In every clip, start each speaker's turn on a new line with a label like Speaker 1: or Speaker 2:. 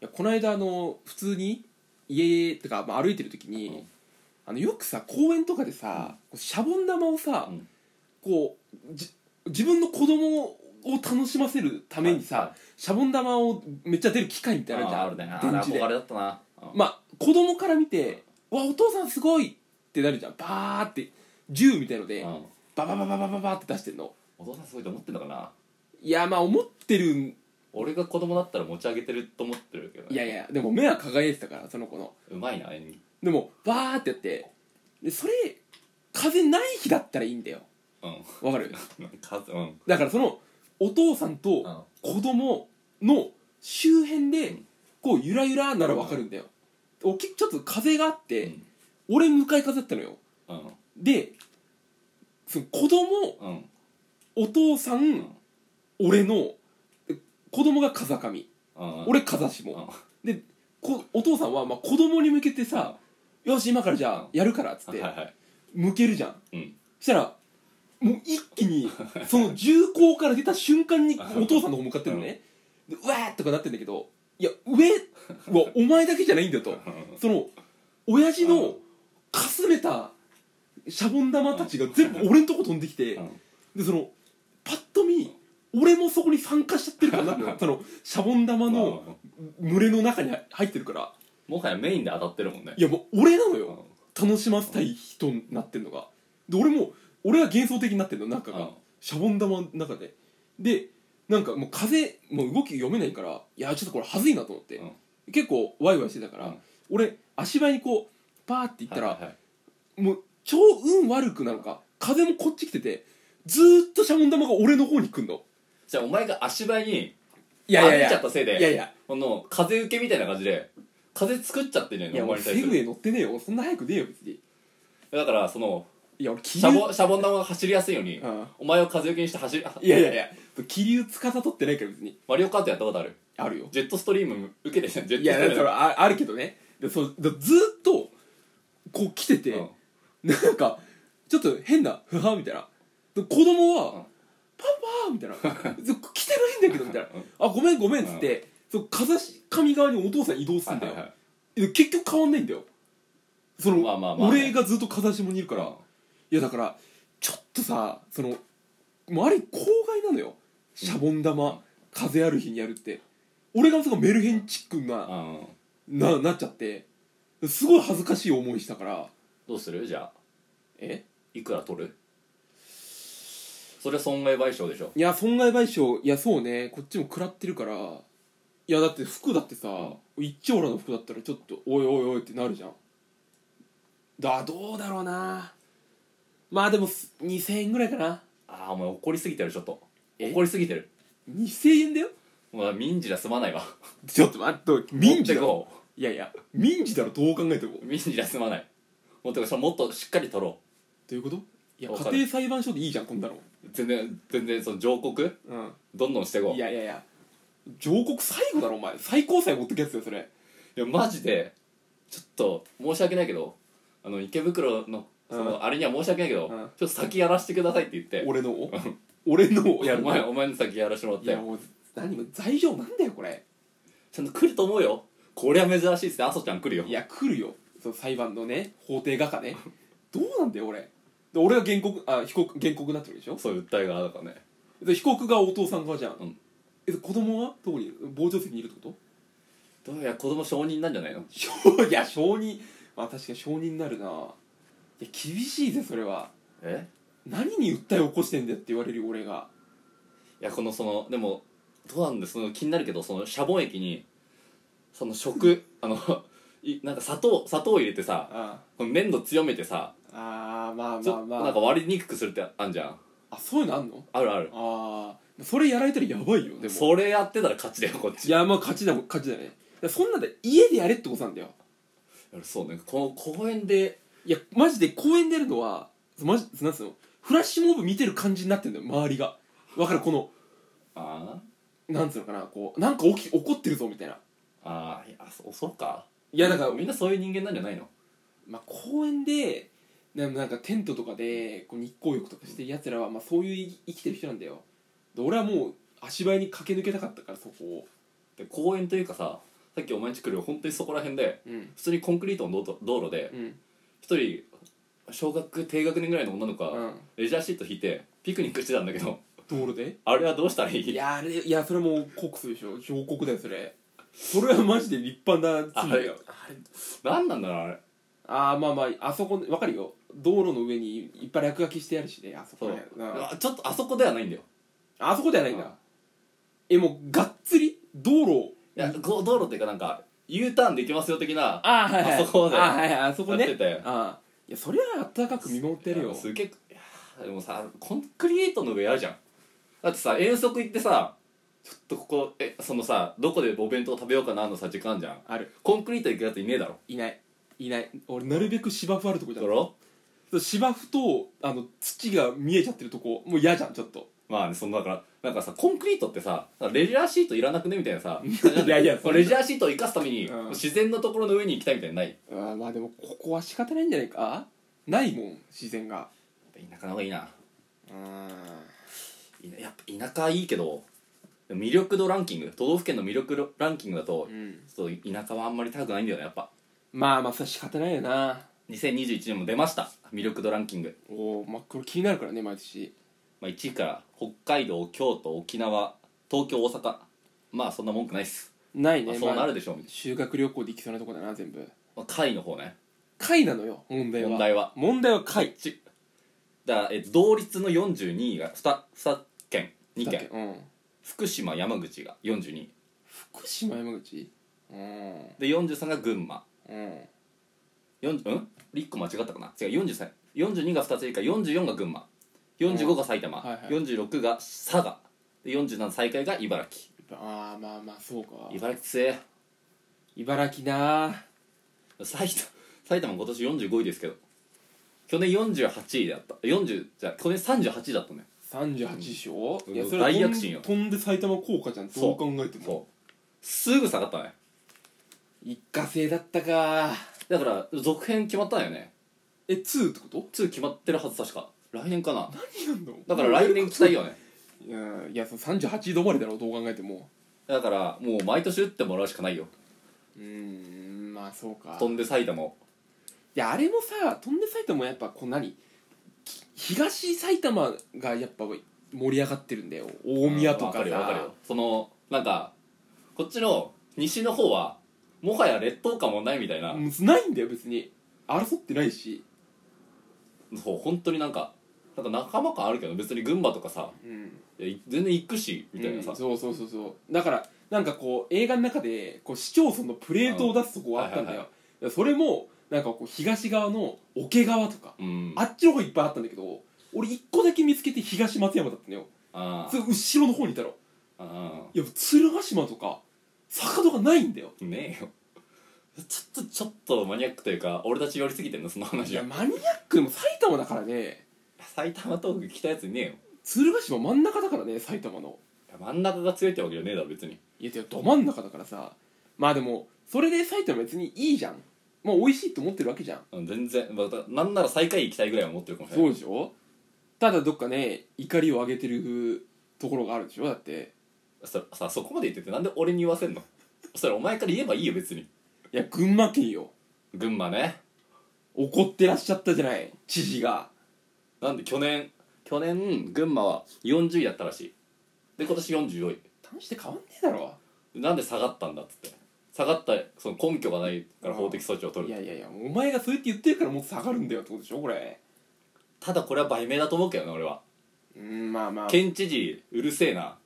Speaker 1: やこの間あの普通に家とか、まあ、歩いてる時に、
Speaker 2: うん
Speaker 1: あのよくさ公園とかでさ、こうシャボン玉をさ、
Speaker 2: うん
Speaker 1: こうじ自分の子供を楽しませるためにさ、
Speaker 2: はいはい
Speaker 1: シャボン玉をめっちゃ出る機械みたいなの
Speaker 2: あ
Speaker 1: あ
Speaker 2: あ
Speaker 1: る
Speaker 2: る
Speaker 1: じ
Speaker 2: ね
Speaker 1: ゃん
Speaker 2: あれ
Speaker 1: 電池で
Speaker 2: 憧れだったなうん
Speaker 1: まあ子供から見て「わお父さんすごい!」ってなるじゃんバーって銃みたいので
Speaker 2: うん
Speaker 1: バババババババって出してんの
Speaker 2: お父さんすごいと思ってんのかない
Speaker 1: やまあ思ってるん
Speaker 2: 俺が子供だったら持ち上げてると思ってるけどね
Speaker 1: いやいやでも目は輝いてたからその子の
Speaker 2: うまいな演技
Speaker 1: でもバーってやってでそれ風ない日だったらいいんだよ
Speaker 2: うん
Speaker 1: わかる
Speaker 2: 数うん
Speaker 1: だからそのお父さん
Speaker 2: うん
Speaker 1: と子供の周辺
Speaker 2: う
Speaker 1: で
Speaker 2: ん
Speaker 1: こうゆらゆらならわかるんだよおきちょっと風があって、
Speaker 2: うん
Speaker 1: 俺向かい風だったのよ
Speaker 2: うん
Speaker 1: でその子供
Speaker 2: うん
Speaker 1: お父さん、
Speaker 2: ん
Speaker 1: 俺のえ子供が風上
Speaker 2: うん
Speaker 1: 俺風下、
Speaker 2: うん
Speaker 1: でこお父さんはまあ子供に向けてさ、よし今からじゃあ
Speaker 2: うん
Speaker 1: やるからっつっ
Speaker 2: はい
Speaker 1: て
Speaker 2: はい
Speaker 1: 向けるじゃん
Speaker 2: うん
Speaker 1: したらもう一気 にその銃口から出た瞬間にお父さんの方向かってるのね、でうわーとかなってんだけどいや上はお前だけじゃないんだよとその親父
Speaker 2: う
Speaker 1: の
Speaker 2: ん
Speaker 1: かすめたシャボン玉たちが全部俺んとこ飛んできて、
Speaker 2: うん
Speaker 1: でそのパッと見俺もそこに参加しちゃってるからなって そのシャボン玉の
Speaker 2: まあ
Speaker 1: 群れの中に入ってるから
Speaker 2: もはやメインで当たってるもんね
Speaker 1: いやもう俺なの
Speaker 2: うん
Speaker 1: よ楽しませたい人になってるのがで俺も俺は幻想的になってるの中
Speaker 2: うん
Speaker 1: がシャボン玉の中ででなんかもう風もう動き読めないからいやちょっとこれはずいなと思って
Speaker 2: うん
Speaker 1: 結構ワイワイしてたから
Speaker 2: うん
Speaker 1: 俺足早にこうパーって行ったら
Speaker 2: はいはい
Speaker 1: もう超運悪くなのか風もこっち来ててずーっとシャボン玉が俺の方に来んの
Speaker 2: じゃあお前が足早に
Speaker 1: いやいやい
Speaker 2: 歩いちゃ
Speaker 1: や
Speaker 2: ったせいで
Speaker 1: いやいや
Speaker 2: この風受けみたいな感じで風作っちゃってんねん
Speaker 1: いや
Speaker 2: お前
Speaker 1: 俺
Speaker 2: に
Speaker 1: セ
Speaker 2: 対す
Speaker 1: グウェ
Speaker 2: る
Speaker 1: イ乗ってねえよそんな早くねえよ別に
Speaker 2: だからその
Speaker 1: いや俺気
Speaker 2: シ
Speaker 1: 流
Speaker 2: ャボンシャボン玉が走りやすいように
Speaker 1: うん
Speaker 2: お前を風受けにして走りあ
Speaker 1: いやいやいや気流つかさとってないから別に
Speaker 2: マリオカートやったことある
Speaker 1: あるよ
Speaker 2: ジェットストリーム受けてるじゃん
Speaker 1: い
Speaker 2: ジェッ
Speaker 1: や
Speaker 2: ト
Speaker 1: だ
Speaker 2: ス
Speaker 1: か
Speaker 2: トリーム
Speaker 1: ら ああるけどねでそうでずーっとこう来てて、
Speaker 2: うん
Speaker 1: なんかちょっと変な「ふは」みたいなで子供は「
Speaker 2: うん
Speaker 1: パパ」みたいな「そう来てないんだけど」みたいな「あごめんごめん」っつって、そう風上側にお父さん移動するんだよ、
Speaker 2: はいはい
Speaker 1: で結局変わんないんだよその、
Speaker 2: まあまあまあね
Speaker 1: 俺がずっと風下にいるから、
Speaker 2: うん
Speaker 1: いやだからちょっとさそのもうある意味公害なのよシャボン玉、風ある日にやるって俺がそこメルヘンチックな,、
Speaker 2: はいうん
Speaker 1: ななっちゃってすごい恥ずかしい思いしたから
Speaker 2: どうするじゃあ
Speaker 1: え
Speaker 2: いくら取るそれは損害賠償でしょ
Speaker 1: いや損害賠償いやそうねこっちも食らってるからいやだって服だってさ、一丁羅の服だったらちょっとおいおいおいってなるじゃんだどうだろうなまあでもす2000円ぐらいかな
Speaker 2: ああお前怒りすぎてるちょっと
Speaker 1: え
Speaker 2: 怒りすぎてる
Speaker 1: 2000円だよ
Speaker 2: もう民事じゃ済まないわ
Speaker 1: ちょっと待って民事だろ
Speaker 2: 持ってこ
Speaker 1: いやいや民事だろどう考えても
Speaker 2: う民事じゃ済まないもっとそれもっとしっかり取ろ
Speaker 1: どういうこといや
Speaker 2: わか
Speaker 1: 家
Speaker 2: る
Speaker 1: 庭裁判所でいいじゃんこんなの
Speaker 2: う全然全然その上告
Speaker 1: うん
Speaker 2: どんどんしてこう
Speaker 1: いやいやいや上告最後だろお前最高裁持ってくやつだよそれ
Speaker 2: いやマジでちょっと申し訳ないけどあの池袋のその、
Speaker 1: うん
Speaker 2: あれには申し訳ないけど、
Speaker 1: ん
Speaker 2: ちょっと先やらしてくださいって言って
Speaker 1: 俺のを俺のをやる
Speaker 2: お前お前の先やらしてもらっ
Speaker 1: い
Speaker 2: て
Speaker 1: やもう何も罪状なんだよこれ
Speaker 2: ちゃんと来ると思うよこりゃ珍しいっすね阿蘇ちゃん来るよ
Speaker 1: いや来るよその裁判のね法廷画家ねどうなんだよ俺で俺が原告あ被告原告になってるでしょ
Speaker 2: そういう訴えがだからね
Speaker 1: で被告がお父さん側じゃん、
Speaker 2: うん
Speaker 1: えで子供はどこにいる傍聴席にいるってこと
Speaker 2: どうやら子供証人なんじゃないの
Speaker 1: 証 いや証人まあ確かに証人になるないや厳しいぜそれは
Speaker 2: え
Speaker 1: 何に訴え起こしてんだよって言われるよ俺が
Speaker 2: いやこのそのでもどうなんですその気になるけどそのシャボン液にその食あの いなんか砂糖砂糖入れてさ
Speaker 1: あ
Speaker 2: この粘土強めてさ
Speaker 1: あああまあ
Speaker 2: ち
Speaker 1: ま
Speaker 2: ょ
Speaker 1: あまあ
Speaker 2: なんか割りにくくするってあんじゃん
Speaker 1: あそういうのあんの
Speaker 2: あるある
Speaker 1: ああそれやられたらやばいよでも
Speaker 2: それやってたら勝ちだよこっち
Speaker 1: いやまあ勝ちだもん勝ちだねだからそんなんで家でやれってことなんだよ
Speaker 2: そうねこの公園で
Speaker 1: いやマジで公園でやるのはマジなんつうのフラッシュモブ見てる感じになってんだよ周りがわかるこの
Speaker 2: あ
Speaker 1: なんつうのかなこうなんか起き起こってるぞみたいな
Speaker 2: あああいやそそうか
Speaker 1: いやだから、
Speaker 2: みんなそういう人間なんじゃないの
Speaker 1: まあ、公園でななんかテントとかでこう日光浴とかしてるやつらは、まあ、そういう生きてる人なんだよで俺はもう足早に駆け抜けたかったからそこを
Speaker 2: で公園というかささっきお前んち来る本当にそこら辺で
Speaker 1: うん
Speaker 2: 普通にコンクリートの道路道路で
Speaker 1: うん
Speaker 2: 一人小学低学年ぐらいの女の子
Speaker 1: う
Speaker 2: が
Speaker 1: ん
Speaker 2: レジャーシート引いてピクニックしてたんだけど
Speaker 1: 道路で
Speaker 2: あれはどうしたらい
Speaker 1: い
Speaker 2: い
Speaker 1: やあれいやそれもう告訴でしょ上告だよそれそれはマジで立派な罪だよあれ
Speaker 2: 何なんだろうあれ
Speaker 1: あーまあまああそこわかるよ道路の上にいっぱい落書きしてあるしねあそこ
Speaker 2: そう
Speaker 1: ねうん
Speaker 2: あちょっとあそこではないんだよ
Speaker 1: あそこじゃないん
Speaker 2: うん
Speaker 1: だえもうがっつり道路
Speaker 2: いやご道路っていうかなんか U ターンできますよ的な
Speaker 1: あはい
Speaker 2: はい
Speaker 1: あそこ
Speaker 2: あ
Speaker 1: あ
Speaker 2: は
Speaker 1: はいはいあそこ
Speaker 2: こ
Speaker 1: ね
Speaker 2: ね
Speaker 1: あいやそりゃあったかく見守ってる
Speaker 2: い
Speaker 1: よ
Speaker 2: やすげえいやーでもさコンクリートの上あるじゃんだってさ遠足行ってさちょっとここえそのさどこでお弁当食べようかなのさ時間じゃん
Speaker 1: ある
Speaker 2: コンクリート行くやついねえだろ
Speaker 1: いないいない俺なるべく芝生あるとこじゃ
Speaker 2: だろ
Speaker 1: ん芝生とあの土が見えちゃってるとこもう嫌じゃんちょっと
Speaker 2: まあねそのだからなんかさコンクリートってさレジャーシートいらなくねみたいな さ
Speaker 1: いやい やそれ
Speaker 2: レジャーシートを生かすために、
Speaker 1: うん
Speaker 2: 自然のところの上に行きたいみたいなのない
Speaker 1: あーまあでもここは仕方ないんじゃないかないもん自然が
Speaker 2: 田舎の方がいいな
Speaker 1: うん
Speaker 2: いなやっぱ田舎はいいけど魅力度ランキング都道府県の魅力ランキングだと、ちょっと田舎はあんまり高くないんだよねやっぱ
Speaker 1: まあまあそれは仕方ないよな
Speaker 2: 2021年も出ました魅力度ランキング、
Speaker 1: おおまあこれ気になるからね毎年
Speaker 2: まあ、1位から北海道京都沖縄東京大阪まあそんな文句ないっす、
Speaker 1: ない
Speaker 2: まあ、
Speaker 1: ね
Speaker 2: そうなる
Speaker 1: まあ
Speaker 2: でしょうみたい
Speaker 1: 修学旅行で行きそうなとこだな全部
Speaker 2: な、まあ、貝の方ね
Speaker 1: 貝なのよ問題は
Speaker 2: 問題は
Speaker 1: 問題は貝
Speaker 2: ちだからえっと同率の42位が 2, 2県2
Speaker 1: だっ
Speaker 2: 県
Speaker 1: けうん
Speaker 2: 福島山口が42位
Speaker 1: 福島山口うん
Speaker 2: で43が群馬
Speaker 1: うん
Speaker 2: 40うん1個間違ったかな違う43 42が2つ以下44が群馬45が埼玉、
Speaker 1: はいはい
Speaker 2: 46が佐賀で47最下位が茨城
Speaker 1: ああまあまあそうか
Speaker 2: 茨城強え
Speaker 1: 茨城な
Speaker 2: 埼玉埼玉今年45位ですけど去年48位だった40じゃあ去年38位だったね
Speaker 1: 38でしょ、
Speaker 2: うん
Speaker 1: いやそれは
Speaker 2: 大躍進よ
Speaker 1: 飛んで埼玉工科じゃんどう考えても
Speaker 2: そうすぐ下がったね
Speaker 1: 一過性だったか
Speaker 2: だから続編決まったんだよね
Speaker 1: え2ってこと
Speaker 2: 2決まってるはず確か来年かなだ
Speaker 1: だ
Speaker 2: から来年期待よね
Speaker 1: いやいやその38止まりだろどう考えても
Speaker 2: だからもう毎年打ってもらうしかないよ
Speaker 1: うーんまあそうか
Speaker 2: 飛んで埼玉を
Speaker 1: いやあれもさ飛んで埼玉もやっぱこう何き東埼玉がやっぱ盛り上がってるんだよ大宮と
Speaker 2: わ
Speaker 1: かさ
Speaker 2: かるよわかるよそのなんかこっちの西の方はもはや劣等感もないみたいな、
Speaker 1: うんないんだよ別に争ってないし
Speaker 2: そう本当になんかなんか仲間感あるけど別に群馬とかさ、
Speaker 1: うん
Speaker 2: いや全然行くしみたいなさ、
Speaker 1: うんそうそうそうそうだからなんかこう映画の中でこう市町村のプレートを出すとこがあったんだよ、
Speaker 2: うんはいはい
Speaker 1: いやそれもなんかこう東側の桶川とか、
Speaker 2: うん
Speaker 1: あっちの方いっぱいあったんだけど俺一個だけ見つけて東松山だったのよ
Speaker 2: あ
Speaker 1: それ後ろの方にいたろ
Speaker 2: ああ
Speaker 1: いや鶴ヶ島とか坂戸がないんだよ
Speaker 2: あねえよちょっとちょっとマニアックというか俺たち寄りすぎてんのその
Speaker 1: い
Speaker 2: 話
Speaker 1: や
Speaker 2: は
Speaker 1: マニアックでも埼玉だからね
Speaker 2: 埼玉東北来たやついねえよ
Speaker 1: 鶴ヶ島真ん中だからね埼玉の
Speaker 2: いや真ん中が強いってわけじゃねえだろ別に
Speaker 1: いやてかど真ん中だからさまあでもそれで埼玉別にいいじゃんまあ美味しいと思ってるわけじゃん
Speaker 2: うん全然またなんなら最下位行きたいぐらいは思ってるかもしれ
Speaker 1: そ
Speaker 2: な
Speaker 1: う
Speaker 2: い
Speaker 1: でしょただどっかね怒りを上げてるところがあるでしょだって
Speaker 2: それさそこまで言っててなんで俺に言わせんのそれお前から言えばいいよ別に
Speaker 1: いや群馬県よ
Speaker 2: 群馬ね
Speaker 1: 怒ってらっしゃったじゃない知事が
Speaker 2: なんで去年去年群馬は40位だったらしいで今年44位
Speaker 1: 試して変わんねえだろ
Speaker 2: なんで下がったんだっつって下がったその根拠がないから法的措置を取
Speaker 1: い
Speaker 2: る
Speaker 1: やいやいやお前がそう言って言ってるからもう下がるんだよってことでしょこれ
Speaker 2: ただこれは売名だと思うけどね俺は
Speaker 1: うんまあまあ
Speaker 2: 県知事うるせえな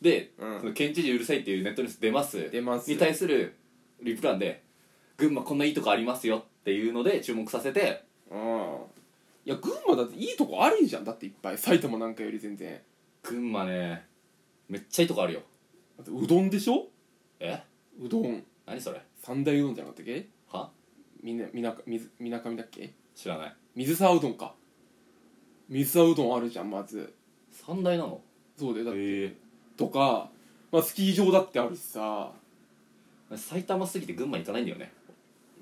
Speaker 2: で、
Speaker 1: うん
Speaker 2: その県知事うるせえっていうネットニュース出ます
Speaker 1: 出ます
Speaker 2: に対するリプランで群馬こんないいとこありますよっていうので注目させて
Speaker 1: うんいや群馬だっていいとこあるじゃんだっていっぱい埼玉なんかより全然
Speaker 2: 群馬ねめっちゃいいとこあるよ
Speaker 1: だってうどんでしょ
Speaker 2: え
Speaker 1: うどん
Speaker 2: 何それ
Speaker 1: 三大うどんじゃなかったっけ
Speaker 2: は
Speaker 1: みなみなかみずみなかみだっけ
Speaker 2: 知らない
Speaker 1: 水沢うどんか水沢うどんあるじゃんまず
Speaker 2: 三大なの
Speaker 1: そうだよだって
Speaker 2: へ
Speaker 1: とか、まあ、スキー場だってあるしさ
Speaker 2: え埼玉すぎて群馬行かないんだよね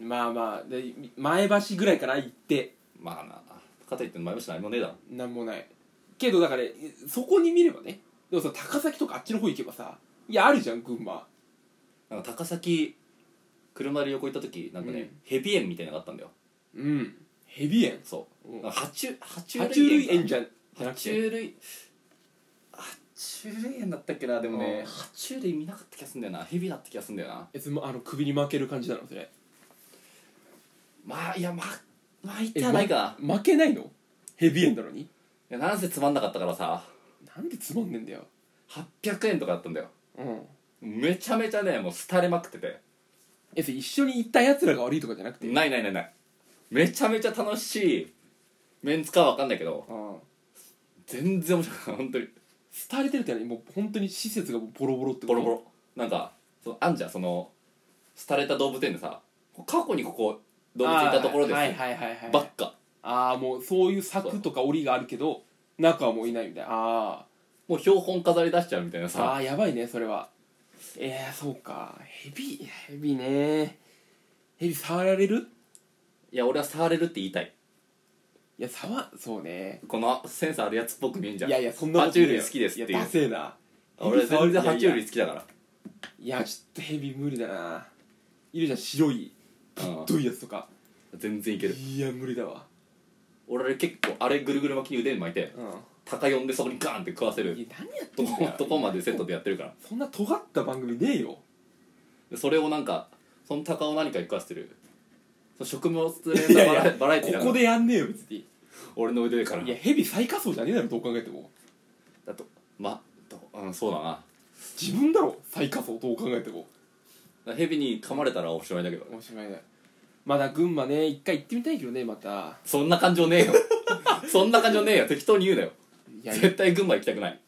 Speaker 1: まあまあで前橋ぐらいから行って
Speaker 2: まあなかといって前橋何もねえだろ
Speaker 1: なんもないけどだからそこに見ればねでもさ高崎とかあっちの方行けばさいやあるじゃん群馬
Speaker 2: なんか高崎車で旅行行った時なんかね、
Speaker 1: うん
Speaker 2: ヘビ園みたいなのがあったんだよ
Speaker 1: うんヘビ園
Speaker 2: そう、
Speaker 1: うん
Speaker 2: なんか爬虫爬虫
Speaker 1: 爬虫類園
Speaker 2: じ
Speaker 1: じゃ
Speaker 2: ゃ
Speaker 1: な
Speaker 2: 爬
Speaker 1: く
Speaker 2: 虫
Speaker 1: て
Speaker 2: 類爬虫類園だったっけなでもね
Speaker 1: うん
Speaker 2: 爬虫類見なかった気がすんだよなヘビだった気がすんだよな
Speaker 1: えつまあの首に負ける感じなのそれ
Speaker 2: まあいやままあいってはないかない
Speaker 1: ま負けないのヘビ園なのに
Speaker 2: やなんせつまんなかったからさ
Speaker 1: なんでつまんねんだよ
Speaker 2: 800円とかだったんだよ
Speaker 1: うん
Speaker 2: めちゃめちゃねもう廃れまくってて
Speaker 1: えそれ一緒に行ったやつらが悪いとかじゃなくて
Speaker 2: ないないないないめちゃめちゃ楽しいメンツかは分かんないけど
Speaker 1: あ
Speaker 2: 全然面白くない本当に
Speaker 1: あ廃れてるってのはもう本当に施設がボロボロってこと
Speaker 2: ボロボロなんかそのあんじゃんその廃れた動物園でさ過去にここ動物いたところです、
Speaker 1: ああはいはいはいはい
Speaker 2: ばっか
Speaker 1: ああもうそういう柵とか檻があるけど中はもういないみたいなあ
Speaker 2: もう標本飾り出しちゃうみたいな
Speaker 1: ーあ
Speaker 2: さ
Speaker 1: ーやばいねそれはえー、そうかヘビヘビねヘビ触られる
Speaker 2: いや俺は触れるって言いたい
Speaker 1: いや触そうね
Speaker 2: このセンスあるやつっぽく見えんじゃん
Speaker 1: いやいやそんな
Speaker 2: 爬虫類好きですっていう
Speaker 1: いやダセえな
Speaker 2: 俺全然爬
Speaker 1: ヘビ
Speaker 2: 虫
Speaker 1: 触る
Speaker 2: 類好きだから
Speaker 1: いやいやいやちょっとヘビ無理だないるじゃん白い
Speaker 2: うん
Speaker 1: どいやつとか
Speaker 2: 全然いける
Speaker 1: いや無理だわ
Speaker 2: 俺結構あれぐるぐる巻きに腕に巻いて
Speaker 1: うん
Speaker 2: 鷹呼んでそこにガーンって食わせ
Speaker 1: い
Speaker 2: る
Speaker 1: や何やって
Speaker 2: と
Speaker 1: んだ
Speaker 2: こ
Speaker 1: よ
Speaker 2: とこまでセットでやってるから
Speaker 1: そんな尖った番組ねえよ
Speaker 2: でそれをなんかその鷹を何か食わせてるその食物
Speaker 1: い
Speaker 2: 連
Speaker 1: やい
Speaker 2: 鎖バラ
Speaker 1: や
Speaker 2: バラエティだか
Speaker 1: ここ
Speaker 2: ら
Speaker 1: でやんねえよ別に
Speaker 2: 俺の腕から
Speaker 1: いやヘビ最下層じゃねえだろどう考えても
Speaker 2: だとまとうんそうだなだか
Speaker 1: 自分だろ最下層どう考えても
Speaker 2: らヘビに噛まれたらおしまいだけど
Speaker 1: 面白いねまだ群馬ね一回行ってみたいけどねまた
Speaker 2: そんな感情ねえよそんな感情ねえよ適当に言うなよ
Speaker 1: いやいや
Speaker 2: 絶対群馬行きたくない